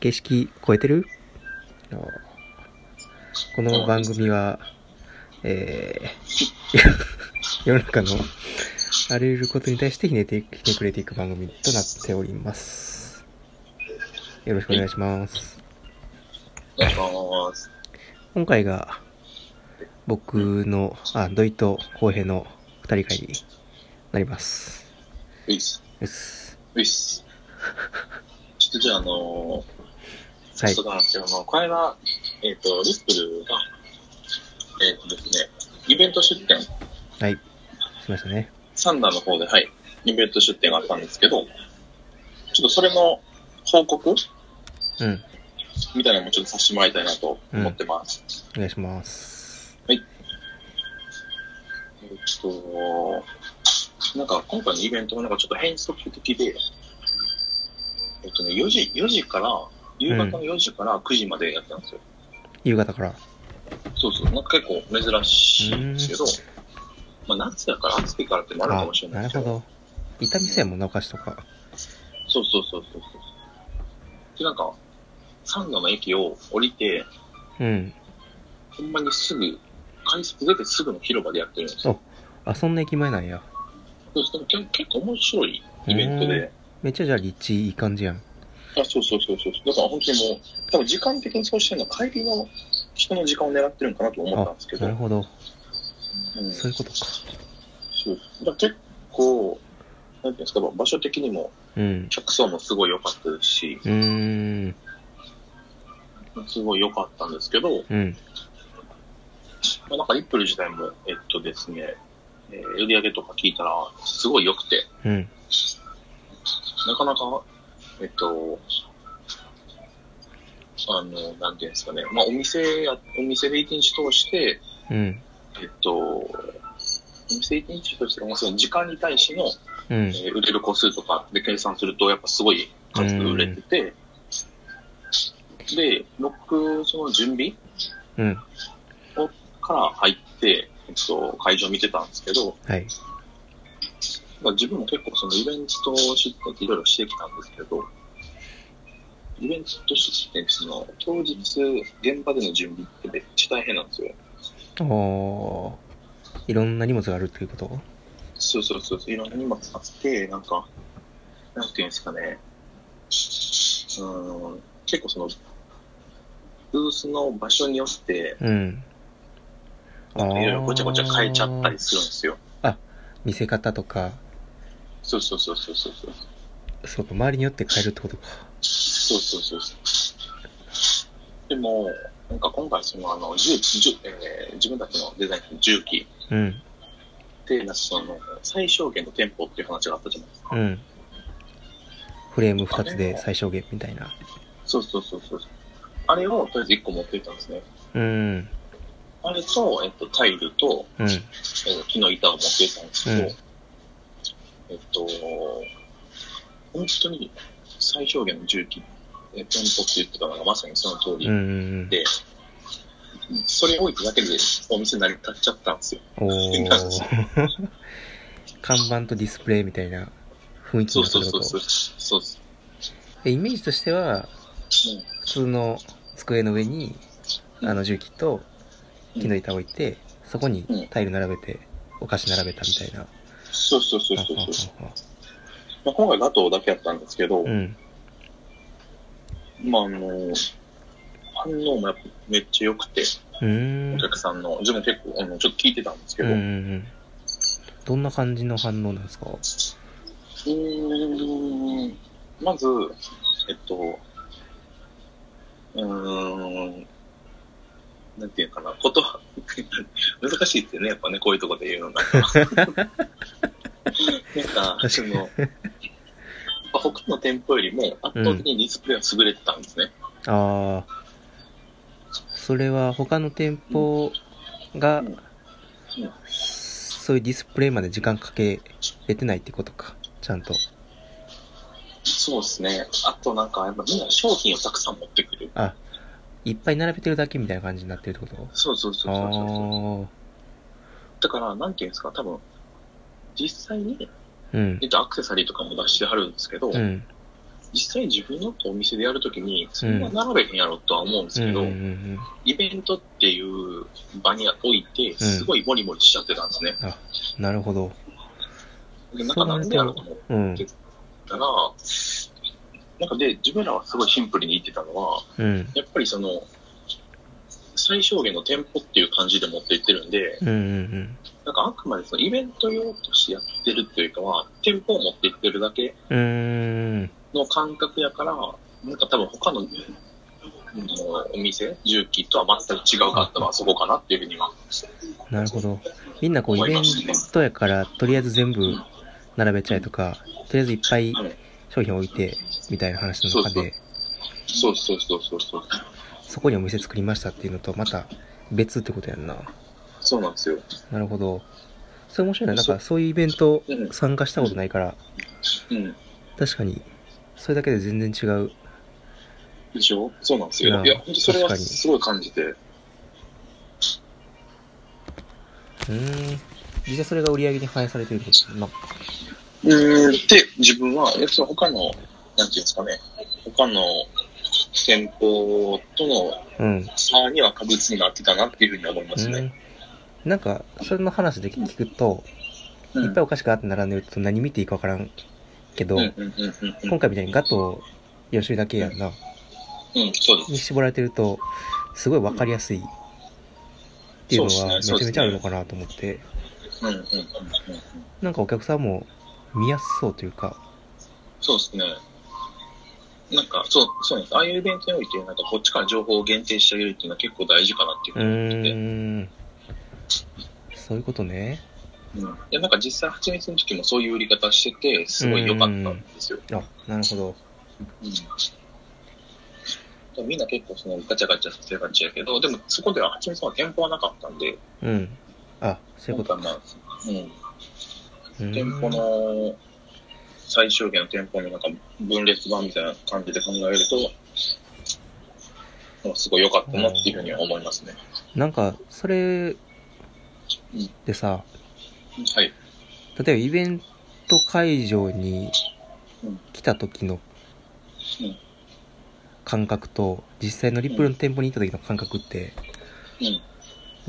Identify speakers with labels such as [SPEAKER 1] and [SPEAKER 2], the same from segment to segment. [SPEAKER 1] 形式超えてるあのこの番組は、えー、世の中のあらゆることに対してひねていくひねくれていく番組となっております。よろしくお願いします。
[SPEAKER 2] お願いします。
[SPEAKER 1] 今回が僕の、あ、土井と浩平の二人会になります。
[SPEAKER 2] ういっす。
[SPEAKER 1] です。
[SPEAKER 2] ういっす。ちょっとじゃあ、あのー、
[SPEAKER 1] はい
[SPEAKER 2] ちょっとなんですけども、この間、えっ、と、リップルが、えっ、とですね、イベント出店、
[SPEAKER 1] はい。しましたね。
[SPEAKER 2] サンダーの方で、はい、イベント出店があったんですけど、ちょっとそれの報告
[SPEAKER 1] うん。
[SPEAKER 2] みたいなのもちょっとさせてもらいたいなと思ってます。
[SPEAKER 1] お願いします。
[SPEAKER 2] えっと、なんか今回のイベントもなんかちょっと変則的で、えっとね、4時、4時から、夕方の4時から9時までやってたんですよ。
[SPEAKER 1] 夕方から。
[SPEAKER 2] そうそう、なんか結構珍しいんですけど、まあ夏だから暑いからってもあるかもしれない
[SPEAKER 1] な
[SPEAKER 2] で
[SPEAKER 1] る
[SPEAKER 2] すけ
[SPEAKER 1] ほ
[SPEAKER 2] ど、
[SPEAKER 1] ど。痛みせんもんなお菓子とか。
[SPEAKER 2] そうそうそうそうそう。で、なんか、サンドの駅を降りて、
[SPEAKER 1] うん。
[SPEAKER 2] ほんまにすぐ、改札出てすぐの広場でやってるんですよ。
[SPEAKER 1] あ、そんな駅前なんや。
[SPEAKER 2] そうそうでも結構面白いイベントで、
[SPEAKER 1] めっちゃじゃあ立地いい感じやん。
[SPEAKER 2] あ、そうそうそうそう。だから本当にもう、多分時間的にそうしてるのは帰りの人の時間を狙ってるんかなと思ったんですけど。
[SPEAKER 1] なるほど。
[SPEAKER 2] うん、
[SPEAKER 1] そ
[SPEAKER 2] そう
[SPEAKER 1] いううことか。
[SPEAKER 2] だから結構、なんていうんですか、場所的にも
[SPEAKER 1] うん。
[SPEAKER 2] 客層もすごい良かったですし、
[SPEAKER 1] うーん。
[SPEAKER 2] すごい良かったんですけど、ま
[SPEAKER 1] うん。
[SPEAKER 2] あ、なんかリップル自体も、えっとですね、えー売り上げとか聞いたら、すごい良くて、
[SPEAKER 1] うん。
[SPEAKER 2] なかなか、えっと、あの、なんていうんですかね、まあお店や、お店で一日通して、
[SPEAKER 1] うん。
[SPEAKER 2] えっと、お店一日としても、その時間に対しての、
[SPEAKER 1] うん
[SPEAKER 2] え。ー売れる個数とかで計算すると、やっぱすごい数売れてて、で、僕、その準備
[SPEAKER 1] うん。
[SPEAKER 2] から入って、えっと、会場見てたんですけど、
[SPEAKER 1] はい。
[SPEAKER 2] まあ自分も結構そのイベント出店っていろいろしてきたんですけど、イベント出店ってその当日現場での準備ってめっちゃ大変なんですよ。
[SPEAKER 1] おー。いろんな荷物があるっていうこと
[SPEAKER 2] そうそうそう、いろんな荷物あって、なんか、なんていうんですかね、うーん、結構その、ブースの場所によって、
[SPEAKER 1] うん。あ
[SPEAKER 2] いろいろごちゃごちゃ変えちゃったり
[SPEAKER 1] ー
[SPEAKER 2] するんですよ。
[SPEAKER 1] 見せ方とか、
[SPEAKER 2] そうそうそうそうそうそう。
[SPEAKER 1] そうか、周りによって変えるってことか。
[SPEAKER 2] そうそうそうそう。でも、なんか今回その、あの、重機、重えー自分たちのデザインの重機
[SPEAKER 1] うん。
[SPEAKER 2] で、なんかその、最小限の店舗っていう話があったじゃないですか。
[SPEAKER 1] うん。フレーム2つで最小限みたいな。
[SPEAKER 2] そうそうそうそう。あれをとりあえず1個持っていったんですね。
[SPEAKER 1] うん。
[SPEAKER 2] あれと、えっと、タイルと、
[SPEAKER 1] うん。
[SPEAKER 2] えー木の板を持っていたんですけど、
[SPEAKER 1] うん
[SPEAKER 2] えっと、本当に最小限の重機、えー、店舗って言ってたのがまさにその通り、
[SPEAKER 1] うんうん
[SPEAKER 2] で、それ置いただけでお店成り立っちゃったんですよ。
[SPEAKER 1] うん。おー。 看板とディスプレイみたいな雰囲気
[SPEAKER 2] そ
[SPEAKER 1] に
[SPEAKER 2] う
[SPEAKER 1] なった
[SPEAKER 2] そ
[SPEAKER 1] ってこと
[SPEAKER 2] うそうそう。そうそ
[SPEAKER 1] えイメージとしては、
[SPEAKER 2] う。うん
[SPEAKER 1] 普通の机の上に、
[SPEAKER 2] うん
[SPEAKER 1] あの重機と木の板置いて、そこにタイル並べて、お菓子並べたみたいな。
[SPEAKER 2] そうそうそうそう
[SPEAKER 1] あ
[SPEAKER 2] そう。
[SPEAKER 1] あああ
[SPEAKER 2] まあ、今回ガトーだけやったんですけど、
[SPEAKER 1] うん。
[SPEAKER 2] まああの、反応もやっぱめっちゃ良くて、
[SPEAKER 1] うーん
[SPEAKER 2] お。客さんの、自分結構、あのちょっと聞いてたんですけ
[SPEAKER 1] うん
[SPEAKER 2] ど、
[SPEAKER 1] うんう。
[SPEAKER 2] うん
[SPEAKER 1] どんな感じの反応なんですか
[SPEAKER 2] ーん、まず、えっと、うーん、なんていうかな、こと、 難しいってね、やっぱね、こういうとこで言うの が。なんか、その、やっぱ他の店舗よりも圧倒的にディスプレイは優れてたんですね。
[SPEAKER 1] ああ。それは他の店舗が
[SPEAKER 2] うんうん、
[SPEAKER 1] そういうディスプレイまで時間かけれてないってことか。ちゃんと。
[SPEAKER 2] そうですね。あとなんか、やっぱみんな商品をたくさん持ってくる。
[SPEAKER 1] あ、いっぱい並べてるだけみたいな感じになってるってこと
[SPEAKER 2] そうそうそうそうそうそう。
[SPEAKER 1] あ
[SPEAKER 2] だから、なんていうんですか、多分、実際に、
[SPEAKER 1] あ。うん
[SPEAKER 2] え。っと、アクセサリーとかも出してはるんですけど、
[SPEAKER 1] うん。
[SPEAKER 2] 実際自分のお店でやるときに、そんな並べへんやろとは思うんです
[SPEAKER 1] うん
[SPEAKER 2] け
[SPEAKER 1] うん
[SPEAKER 2] ど、
[SPEAKER 1] うん
[SPEAKER 2] イベントっていう場において、すごいモリモリしちゃってたんですね。
[SPEAKER 1] うん。なるほど。
[SPEAKER 2] で、なんかなんでやろうと思っ
[SPEAKER 1] うん。
[SPEAKER 2] たら、なんかで、自分らはすごいシンプルに言ってたのは、
[SPEAKER 1] うん。
[SPEAKER 2] やっぱりその、最小限の店舗っていう感じで持っていってるんで、
[SPEAKER 1] うんうん
[SPEAKER 2] なんかあくまでそのイベント用としてやってるっていうかは、店舗を持っていってるだけ
[SPEAKER 1] うん。うーん。
[SPEAKER 2] の感覚やから、なんか多分他の、うんお店、重機とは全く違うかったのはそこかなっていうふうには。
[SPEAKER 1] なるほど。みんなこうイベントやから、とりあえず全部並べちゃえとか、とりあえずいっぱい
[SPEAKER 2] はい
[SPEAKER 1] 商品置いて、みたいな話の中で、
[SPEAKER 2] そうそうそうそうそう。
[SPEAKER 1] そこにお店作りましたっていうのと、また別ってことやんな。
[SPEAKER 2] そうなんですよ。
[SPEAKER 1] なるほど。それ面白いな。なんかそういうイベント
[SPEAKER 2] うん。
[SPEAKER 1] 参加したことないから、
[SPEAKER 2] うん。
[SPEAKER 1] 確かに、それだけで全然違う。
[SPEAKER 2] でしょそうなんです
[SPEAKER 1] いや
[SPEAKER 2] よ。いや、本当それ
[SPEAKER 1] 確か
[SPEAKER 2] は
[SPEAKER 1] に
[SPEAKER 2] すごい感じて。
[SPEAKER 1] うーん。実際それが売り上げに反映されてるってことまあ
[SPEAKER 2] うーん。で、自分は、やっぱ他の、なんていうんですかね、他の店舗との
[SPEAKER 1] うん。
[SPEAKER 2] 差には確実になってたなっていうふうに思いますね。
[SPEAKER 1] うん、なんか、それの話で聞くと、
[SPEAKER 2] うん
[SPEAKER 1] いっぱいお菓子があって並んでると何見ていいかわからんけど、
[SPEAKER 2] うんうんうんうんうん
[SPEAKER 1] 今回みたいにガトー4種類だけやんな、
[SPEAKER 2] うん、そうです。
[SPEAKER 1] に絞られてると、すごいわかりやすいっていうのはめちゃめちゃあるのかなと思って、
[SPEAKER 2] うんうんうんうん。
[SPEAKER 1] なんかお客さんも見やすそうというか、
[SPEAKER 2] そうですね。なんか、そう、そうなんです。ああいうイベントにおいて、なんかこっちから情報を限定してあげるっていうのは結構大事かなっていう
[SPEAKER 1] う
[SPEAKER 2] ふうに思って
[SPEAKER 1] ー
[SPEAKER 2] て。
[SPEAKER 1] ん。そういうことね。
[SPEAKER 2] うん、でなんか実際、蜂蜜の時もそういう売り方してて、すごい良かったんですよ。
[SPEAKER 1] あ、なるほど。
[SPEAKER 2] うんみんな結構そのガチャガチャしてがちやけど、でもそこでは蜂蜜は店舗はなかったんで、
[SPEAKER 1] うん。あ、そういうことか。
[SPEAKER 2] なんかまあ
[SPEAKER 1] う
[SPEAKER 2] うん、
[SPEAKER 1] ん
[SPEAKER 2] 店舗の最小限の店舗のなんか分裂版みたいな感じで考えると、もうすごい良かったなっていうふうには思いますね。
[SPEAKER 1] なんか、それでさ、
[SPEAKER 2] はい。
[SPEAKER 1] 例えばイベント会場に
[SPEAKER 2] うん
[SPEAKER 1] 来た時の
[SPEAKER 2] うん
[SPEAKER 1] 感覚と実際のリップルの店舗に行った時の感覚って
[SPEAKER 2] うん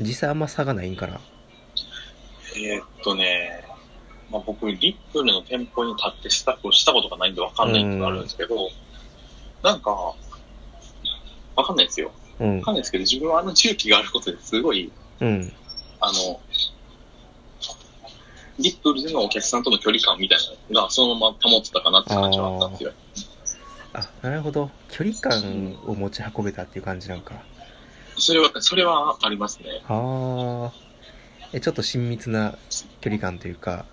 [SPEAKER 1] 実際あんま差がないんかな
[SPEAKER 2] えーっとね、まあ、僕、リップルの店舗に立ってスタッフをしたことがないんでわかんないっていうのがあるんですけど、なんか、わかんないですよ。
[SPEAKER 1] うん
[SPEAKER 2] わかんないですけど、自分はあの重機があることですごい、
[SPEAKER 1] うん
[SPEAKER 2] あの、リップルでのお客さんとの距離感みたいなのがそのまま保ってたかなって感じはあったんですよ。
[SPEAKER 1] あなるほど距離感を持ち運べたっていう感じなんか
[SPEAKER 2] それは、それはありますね。
[SPEAKER 1] ああえちょっと親密な距離感というか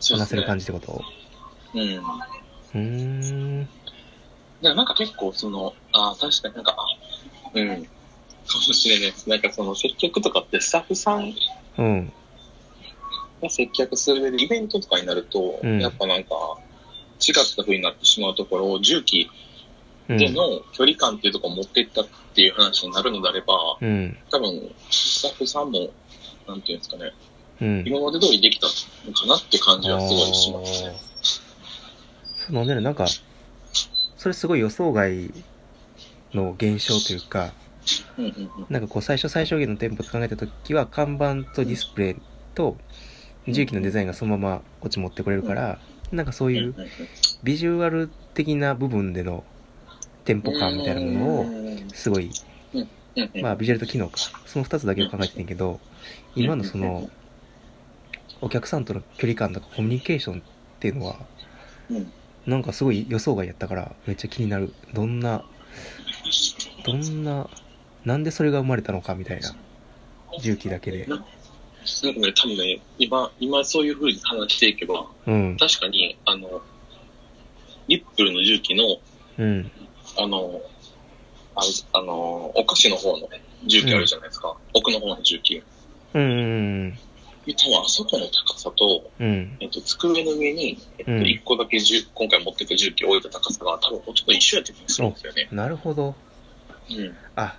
[SPEAKER 2] そうで
[SPEAKER 1] 話
[SPEAKER 2] す
[SPEAKER 1] せ
[SPEAKER 2] ね
[SPEAKER 1] る感じってこと
[SPEAKER 2] うん。
[SPEAKER 1] うーん
[SPEAKER 2] でもなんか結構その、ああ、確かになんか、あうん。かもしれないです。なんかその接客とかってスタッフさん
[SPEAKER 1] うん
[SPEAKER 2] が接客する上でイベントとかになると、
[SPEAKER 1] うん
[SPEAKER 2] やっぱなんか違った風になってしまうところを重機
[SPEAKER 1] うん
[SPEAKER 2] での距離感っていうところを持っていったっていう話になるのであれば、
[SPEAKER 1] うん
[SPEAKER 2] 多分スタッフさんも、なんていうんですかね、
[SPEAKER 1] うん
[SPEAKER 2] 今まで通りできたのかなって感じはすごいしますね。
[SPEAKER 1] そうなんだよねなんか、それすごい予想外の現象というか、
[SPEAKER 2] うんうんうん。
[SPEAKER 1] なんかこう最初最小限の店舗って考えた時は、看板とディスプレイと重機のデザインがそのままこっち持ってくれるから、なんかそういう
[SPEAKER 2] うんうんうん
[SPEAKER 1] ビジュアル的な部分での店舗感みたいなもの
[SPEAKER 2] う
[SPEAKER 1] を、
[SPEAKER 2] んうん
[SPEAKER 1] すごい、
[SPEAKER 2] うん
[SPEAKER 1] まあビジュアルと機能か、その2つだけを考えてたんやけど、今のその、お客さんとの距離感とかコミュニケーションっていうのは、
[SPEAKER 2] うん
[SPEAKER 1] なんかすごい予想外やったからめっちゃ気になるどんなどんななんでそれが生まれたのかみたいな重機だけで
[SPEAKER 2] なんかね、多分ね、今、今そういう風に話していけば、
[SPEAKER 1] うん
[SPEAKER 2] 確かに、あの、リップルの重機の、
[SPEAKER 1] うん
[SPEAKER 2] あの、ああの、お菓子の方の重機あるじゃないですか。奥の方の重機。
[SPEAKER 1] うんうん
[SPEAKER 2] 多分あそこの高さと、
[SPEAKER 1] うんうん
[SPEAKER 2] えっと、机の上に、えっと、
[SPEAKER 1] うん
[SPEAKER 2] 1個だけ重、今回持ってた重機を置いた高さが、多分ほとんど一緒やった気がするんですよね。
[SPEAKER 1] なるほど
[SPEAKER 2] うん。
[SPEAKER 1] あ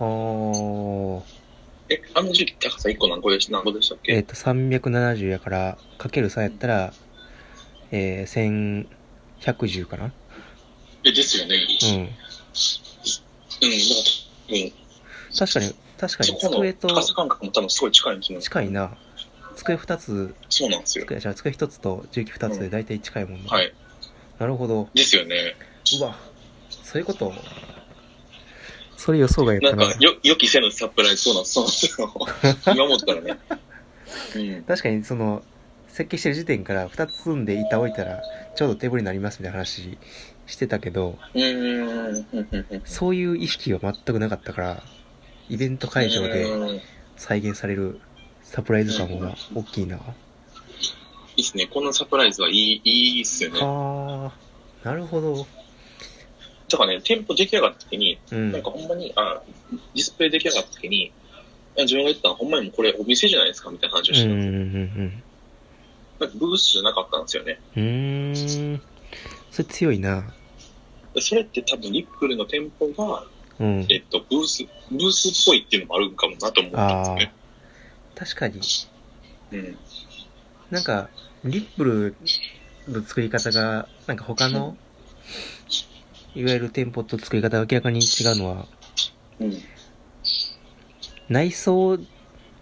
[SPEAKER 1] おー
[SPEAKER 2] え、あの重機高さ1個何個でした何個でしたっけ
[SPEAKER 1] えっ、と370やからかける3やったらえー、 110かな
[SPEAKER 2] え、ですよね。う。
[SPEAKER 1] うん
[SPEAKER 2] だか
[SPEAKER 1] ん。
[SPEAKER 2] ら、うん。
[SPEAKER 1] 確かに、確か
[SPEAKER 2] そ
[SPEAKER 1] に
[SPEAKER 2] この
[SPEAKER 1] 机と
[SPEAKER 2] 高さ感覚も多分すごい近い気が
[SPEAKER 1] 近いな。机2つ、
[SPEAKER 2] そうなんですよ。
[SPEAKER 1] 机、じゃあ机1つと重機2つで大体近いもんね。
[SPEAKER 2] はい。
[SPEAKER 1] なるほど。
[SPEAKER 2] ですよね。
[SPEAKER 1] うわ、そういうこと。それ予想外や
[SPEAKER 2] な
[SPEAKER 1] った
[SPEAKER 2] ん
[SPEAKER 1] な。
[SPEAKER 2] か、よ、予期せぬサプライズ、そうなんです、 そうなんですよ。今思ったらね。うん。
[SPEAKER 1] 確かにその、設計してる時点から2つ積んで板置いたらちょうどテーブルになりますみたいな話してたけど、
[SPEAKER 2] うーん。うんうんうん
[SPEAKER 1] そういう意識は全くなかったから、イベント会場で
[SPEAKER 2] うんい
[SPEAKER 1] 再現されるサプライズ感は大きいな。
[SPEAKER 2] いっすね。このサプライズはいい、いいっすよね。
[SPEAKER 1] はあ、なるほど。
[SPEAKER 2] だからね、店舗出来上がった時に、
[SPEAKER 1] うん
[SPEAKER 2] なん。かほんまに、あ、ディスプレイ出来上がった時に、いや自分が言ったのはほんまにもうこれお店じゃないですかみたいな話を
[SPEAKER 1] うん
[SPEAKER 2] して
[SPEAKER 1] う
[SPEAKER 2] た、
[SPEAKER 1] んうん
[SPEAKER 2] なんかブースじゃなかったんですよね。
[SPEAKER 1] うん。うーん。それ強いな。
[SPEAKER 2] でそれって多分リップルの店舗が、
[SPEAKER 1] うん。
[SPEAKER 2] えっと、ブース、ブースっぽいっていうのもあるんかもなと思ったんで
[SPEAKER 1] ああ
[SPEAKER 2] すよね。。
[SPEAKER 1] 確かに。
[SPEAKER 2] うん。
[SPEAKER 1] なんか、リップルの作り方が、なんか他の、いわゆる店舗と作り方が明らかに違うのは、
[SPEAKER 2] うん。
[SPEAKER 1] 内装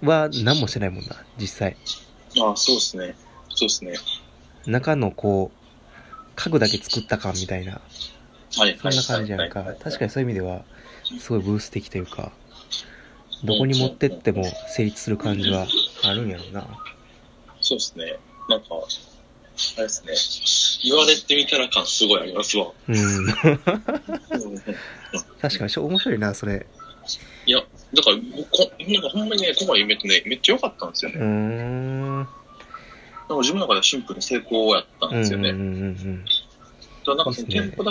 [SPEAKER 1] は何もしてないもんな、実際。
[SPEAKER 2] ああ、そうですね。そうですね。
[SPEAKER 1] 中のこう、家具だけ作ったかみたいな、
[SPEAKER 2] はい。
[SPEAKER 1] そんな感じやんか。確かにそういう意味では、すごいブース的というか、どこに持ってっても成立する感じはあるんやろうな。
[SPEAKER 2] に。そうですね。なんか、あれですね。言われてみたら感すごいあります わ。
[SPEAKER 1] うん。
[SPEAKER 2] うん
[SPEAKER 1] 確かにしょ、面白いな、それ。
[SPEAKER 2] いや、だから、僕こなんかほんまにね、今回夢ってね、めっちゃ良かったんですよね
[SPEAKER 1] う。ーん。うん
[SPEAKER 2] なんか自分の中ではシンプルに成功やった
[SPEAKER 1] う
[SPEAKER 2] ん
[SPEAKER 1] んう
[SPEAKER 2] で
[SPEAKER 1] ん
[SPEAKER 2] すよね。
[SPEAKER 1] うんうん。
[SPEAKER 2] だからなんかその
[SPEAKER 1] いいっすね
[SPEAKER 2] 店舗だけ